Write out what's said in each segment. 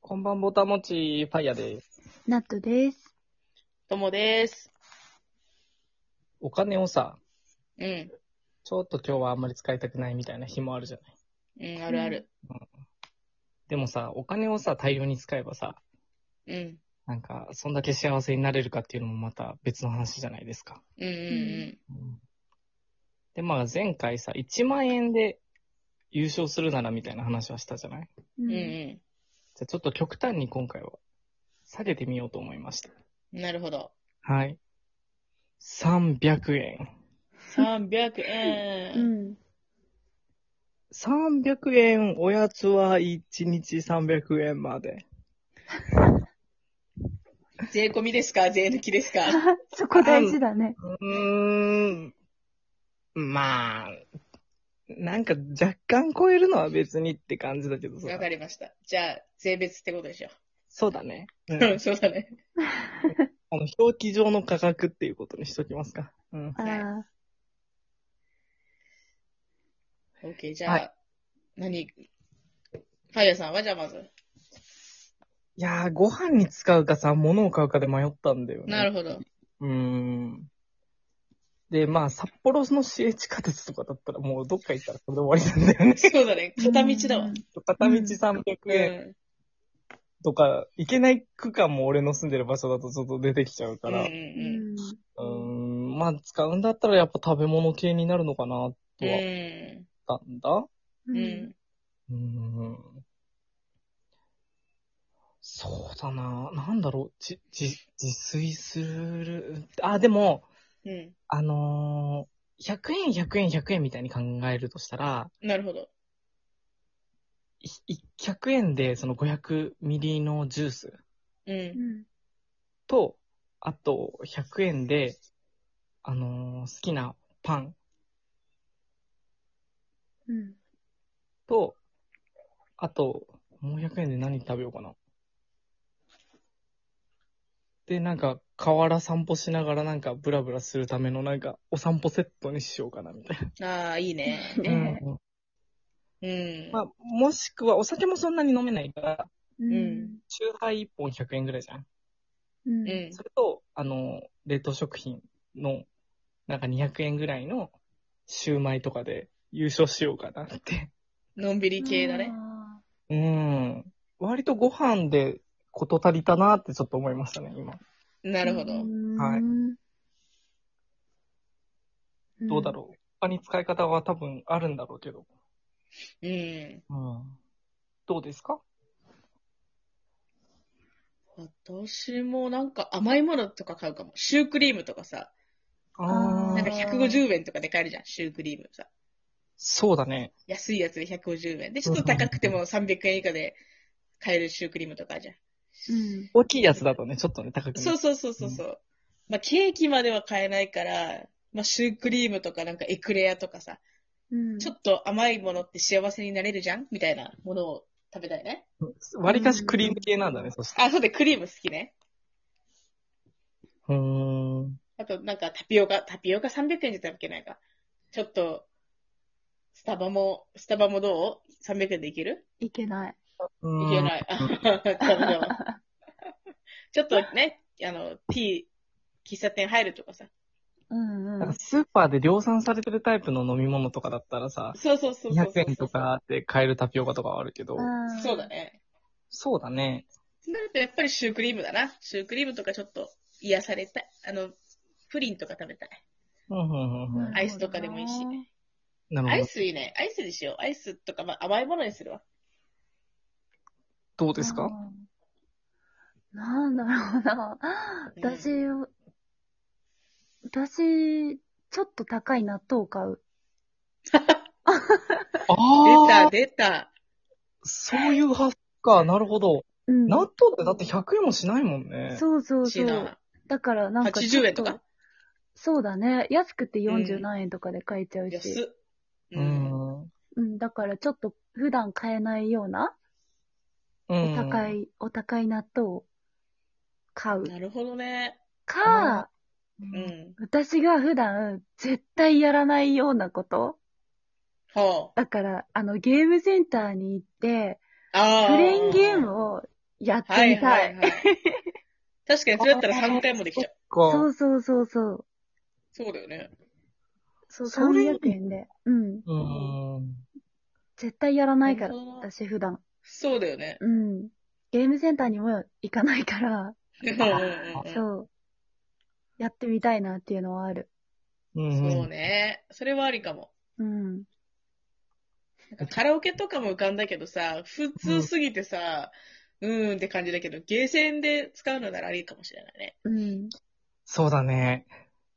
こんばんぼたもち、パイヤです。ナットです。ともです。お金をさ、うん。ちょっと今日はあんまり使いたくないみたいな日もあるじゃない。うん、あるある。でもさ、お金をさ、大量に使えばさ、うん。なんか、そんだけ幸せになれるかっていうのもまた別の話じゃないですか。うんうんで、まあ前回さ、1万円で優勝するならみたいな話はしたじゃないうんうん。うんうじゃあちょっと極端に今回は下げてみようと思いました。うん。なるほど。はい。300円。 300円。ん。 300円、おやつは1日300円まで。税込みですか税抜きですかそこ大事だね。うーん。まあ、なんか若干超えるのは別にって感じだけどさ。わかりました。じゃあ、税別ってことでしょ。そうだね。ううんん、、 そうだね。あの表記上の価格っていうことにしときますか。うん。ああ OK、じゃあ、はい何ファイヤーさんはじゃあまず。いやー、ご飯に使うかさ、物を買うかで迷ったんだよね。なるほど。うーん。で、まあ、札幌の市営地下鉄とかだったら、もうどっか行ったらそれで終わりなんだよね。そうだね。片道だわ。うん片道300うん。円とか、行けない区間も俺の住んでる場所だとちょっと出てきちゃううかんら、う。うんうーんまあ、使うんだったらやっぱ食べ物系になるのかな、とはん。う。思ったんだ。うんうーうんん。ん。そうだな。なんだろう。じ、じ、自炊する。あ、でも、うん。あのー、100円、100円、100円みたいに考えるとしたら、なるほど。いい100円でその500ミリのジュースう。うんん。と、あと100円で、あのー好きなパンうん。と、あと、もう100円で何食べようかな。で、なんか、河原散歩しながらなんか、ブラブラするためのなんか、お散歩セットにしようかな、みたいああ、いいね。な。ねうんうん。まあ、もしくは、お酒もそんなに飲めないから、うんん。チューハイ1本100円ぐらいじゃん。うん。ううんんそ。れと、あの、冷凍食品の、なんか200円ぐらいの、シューマイとかで優勝しようかなって。のんびり系だね。あうん。割とご飯で事足りたなってちょっと思いましたね、今。なー。るほど。はいいどうだろう。他に使い方は多分あるんだろうけど。うん。うん。どうですか私もなんか甘いものとか買うかも。シュークリームとかさ、あーなんか100 150円とかで買えるじゃん、シュークリームさ。そうだね。安いやつで150円。で、ちょっと高くても300円以下で買えるシュークリームとかあるじゃん。う。うん。大きいやつだとね、ちょっとね、高くねそうそうそうそうそう。まあ、ケーキまでは買えないから、まあ、シュークリームとかなんかエクレアとかさ、うん。ちょっと甘いものって幸せになれるじゃんみたいなものを食べたいね。割かしクリーム系なんだね、そして。あ、そうで、クリーム好きね。うーん。あと、なんかタピオカ、タピオカ300円じゃ食べけないか。ちょっと、スタバも、スタバもどう ?300 円でいけるいけない。いけい。ない。ダメだわちょっとね、あの、ティー、喫茶店入るとかさ。うんなうんんか。スーパーで量産されてるタイプの飲み物とかだったらさ、そうそうそうそうそう。 200円と。かで買えるタピオカとかはあるけど、あーそうだ。ね。そうだね。なるとやっぱりシュークリームだな。シュークリームとかちょっと癒されたい。あの、プリンとか食べたい。うんうんうんうんアイスとかでもいいし。なアるイほスいいね。アイスにしよう。アイスとか、まあ、甘いものにするわ。ど。どうですあかーなんだろうな。私、私、ちょっと高い納豆を買う。あ出あた、ー、出た。そういう発想か。なるほど。うん。納豆ってだって100円もしないもんね。そうそうシそーうナ。だからなんかちょっ80円ととか。そうだね。安くてう40ん何円とかで買えちゃうし。安っ。う。ん。うん、だからちょっと普段買えないような、うんお高い、お高い納豆を買う。なるほどね。か、う。うんん。私が普段絶対やらないようなこと。ほう。だから、あの、ゲームセンターに行って、ああ。クレーンゲームをやってみはたいい。はいはい。確かに、それだったら3回もできちゃう。そか。うそうそうそう。そうだよね。そう、それ300円で。うん。うーん。絶対やらないからなるほ、ど私普段。そうだよね。うん。ゲームセンターにも行かないから、うんうんうんうんそう。やってみたいなっていうのはある。うんうんそうね。それはありかも。うん。なんかカラオケとかも浮かんだけどさ、普通すぎてさ、うーんって感じだけど、ゲーセンで使うのならありかもしれないね。うん。そうだね。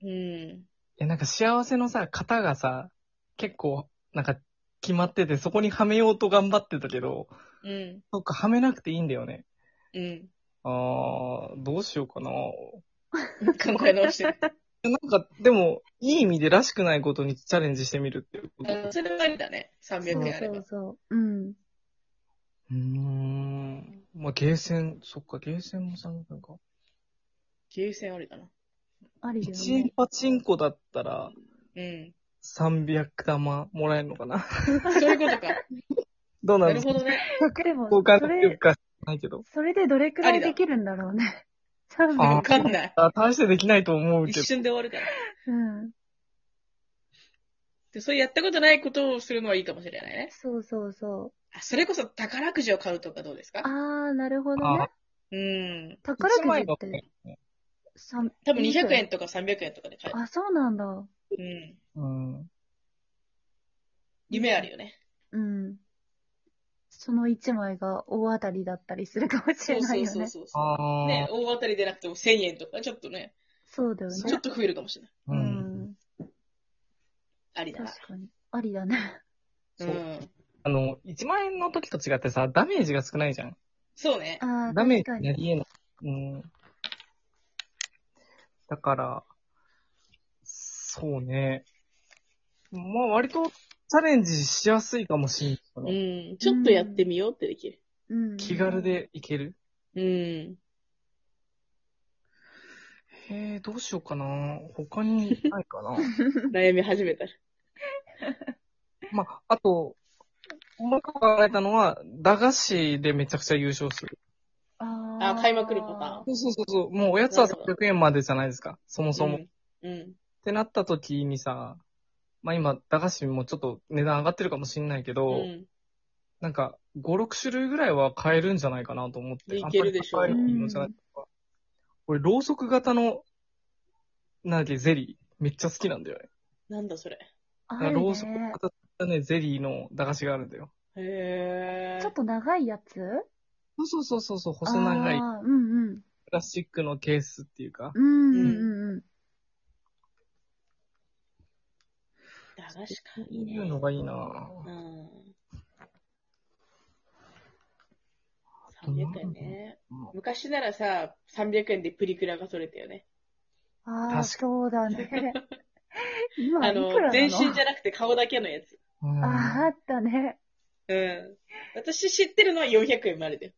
うん。いや、なんか幸せのさ、型がさ、結構、なんか決まってて、そこにはめようと頑張ってたけど、うん。そっか、はめなくていいんだよね。うん。あー、どうしようかな。考え直してる。なんか、でも、いい意味でらしくないことにチャレンジしてみるっていうこと。あ それはありだね。そ300う円あそれうば。そう。うん。うーん。まあ、ゲーセン、そっか、ゲーセンも3分か。ゲーセンありだな。ありだ1よ円ね。パチンコだったら、うん。 300玉もらえるのか なそういうことか。どう ななでんるすかほどね。でも、交換そできるれ、か知らないけど。それでどれくらありいだできるんだろうね。多あ分。わかんない。あ、大してできないと思うけ一ど。瞬で終わるから。うん。で、そうやったことないことをするのはいいかもしれないね。そうそうそう。あ、それこそ宝くじを買うとかどうですかあー、なるほどあね。うん。宝くじっ1枚て、のさん多分200円とか300円とかで買える。あ、そうなんだ。うん。うん。夢あるよね。うん。その一枚が大当たりだったりするかもしそれうなそいうよそうね。そうそう。ああ。ね、大当たりでなくても1000円とか、ちょっとね、そうだよちょね。っと増えるかもしれない。う。うんん。ありだな。確かに。ありだね。う。そうんあの、1万円の時と違ってさ、ダメージが少ないじゃん。そうね。ああ、ダメー確ジかになに。り得ない。うん。だから、そうね。まあ割とチャレンジしやすいかもしれうない。ん。ちょっとやってみようってできる。うん。気軽。でいける。うん。 えー、どうしようかな。他にないか な。悩み始めたら。まあ、あと、もう一個考えたのは、駄菓子でめちゃくちゃ優勝する。ああ買いまくるパターンそうそうそうそう。もうおやつはなるほど300円までじゃないですか。そもそも。っうん。うん。てなった時にさ、まあ今、駄菓子もちょっと値段上がってるかもしんないけど、うんなんか、5、6種類ぐらいは買えるんじゃないかなと思って。いけるでしょうあんまり高いのじゃないとか。俺、ろうそく型の、なんだっけ、ゼリー。めっちゃ好きなんだよね。なんだそれ。あるろうそくね。型のね、ゼリーの駄菓子があるんだよ。へー。ちょっと長いやつそうそうそうそうそう、細長いあ。ーうんうん。プラスチックのケースっていうか。うんうんうん。駄菓子か。いいいねう。のがいいなぁうん。300円ね。昔ならさ、300円でプリクラが取れたよね。ああ、確かそうだ ね。今あいくのらな、の全身じゃなくて顔だけのやつ。うんああ、あったね。うん。私知ってるのは400円までだよ。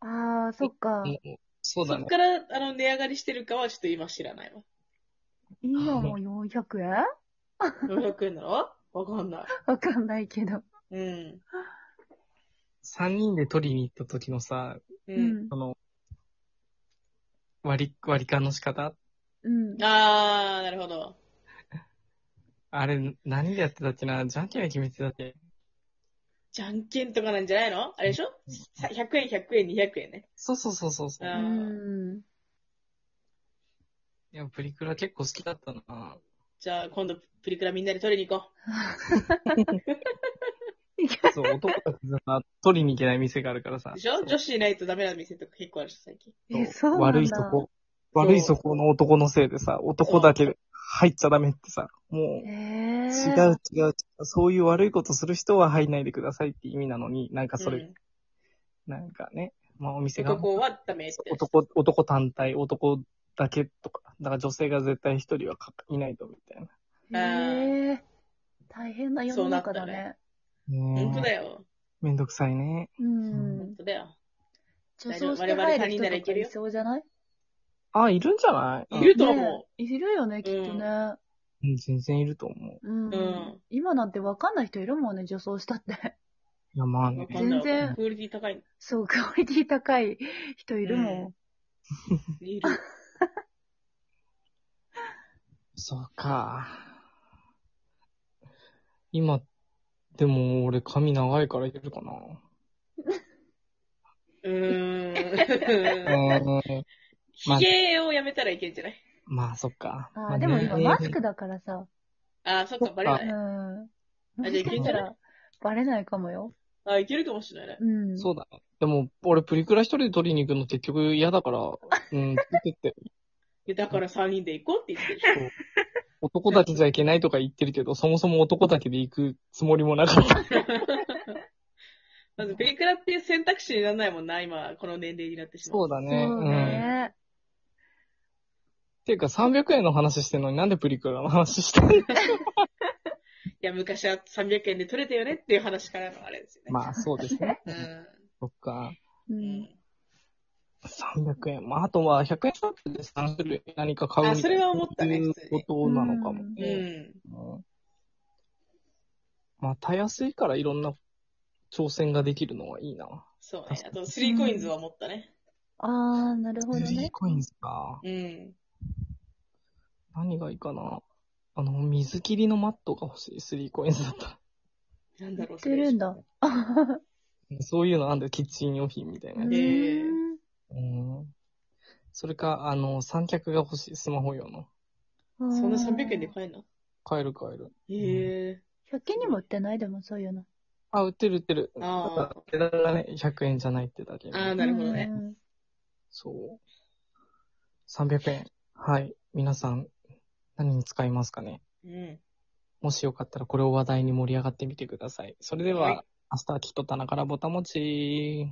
ああ、そっか。もうそうだそねっ。から、あの、値上がりしてるかはちょっと今知らないわ。今も400円 400円なのわかんない。わかんないけど。うん。 3人で取りに行った時のさ、う。うんんそ。の、割り、割り勘の仕方うん。あー、なるほど。あれ、何でやってたっけなじゃんけんが決めてたっけじゃんけんとかなんじゃないのあれでしょさ ?100 円、100円、200円ね。そうそうそうそうそう。あいーうん。や、プリクラ結構好きだったなじゃあ、今度、プリクラみんなで取りに行こそう、男たちが取りに行けない店があるからさう。で。しょ女子いないとダメな店とか結構あるし、最近。え、そうなんだ。悪いとこ。悪いとこの男のせいでさ、男だけ入っちゃダメってさ、もう違え。ー、う違う違う。そういう悪いことする人は入んないでくださいって意味なのに、なんかそれ、うんなんかね、まあお店が、男はダメって。男、男単体、男だけとか、だから女性が絶対一人はかいないとみたいな。えー、大変な世の中だね。ねえ本当だよ。めんどくさいね。う本ん。当だよ。女装して入る人とかいそうじゃないあ、いるんじゃないいると思うねえいるよね、きっとね。うん、全然いると思う。うん。うん今なんてわかんない人いるもんね、女装したって。 いや、まあねわ。かんな全い然クオリティ高い。そう、クオリティ高い人いるもい る。そうか。今、でも俺髪長いからいけるかな。うーん。うーん。まあひげをやめたらいけんじゃないまあ、そっか。ん。まあーでも今マスねクだからさ。あー、そっか、バうレない。ん。あもじゃあいしけかしんじたゃないらバレないかもよ。あ、いけるかもしれない。うん。そうだね。でも、俺プリクラ一人で撮りに行くの結局嫌だから、うん、つけてって。でだから3人で行こうって言ってるでしそう男だけじゃいけないとか言ってるけど、そもそも男だけで行くつもりもなかった。ょ。まず、プリクラっていう選択肢にならないもんな、今、この年齢になってしまう。そうだね。そううん。っね。ていうか、300円の話してんのになんでプリクラの話してんのいや、昔は300円で取れたよねっていう話からのあれですよね。まあ、そうですね。そっか。ううんん。 300円。まあ、あとは100円ショップで3種類何か買うみたいな。あそれは思ったねそういう普通にことなのかもうね。ん。うんまあ、たやすいからいろんな挑戦ができるのはいいな。そうね。あと、スリーコインズは持ったね。あー、なるほどビッね。コインズか。うん。何がいいかな。あの、水切りのマットが欲しい、スリーコインズだったら。なんだろう、出るんだ。そういうのあんだよ、キッチン用品みたいなやつ。ーうんうん。それか、あの、三脚が欲しい、スマホ用の。そんな300円で買えんの買える買える。へえ。 100均にも売ってないでもそういうの。あ、売ってる売ってる。あー値段がね、100円じゃないってだけね。あー、なるほどね。うん。そう。300円。はい。皆さん、何に使いますかね。うん。もしよかったらこれを話題に盛り上がってみてください。それでは、はい明日はきっと棚からぼたもち。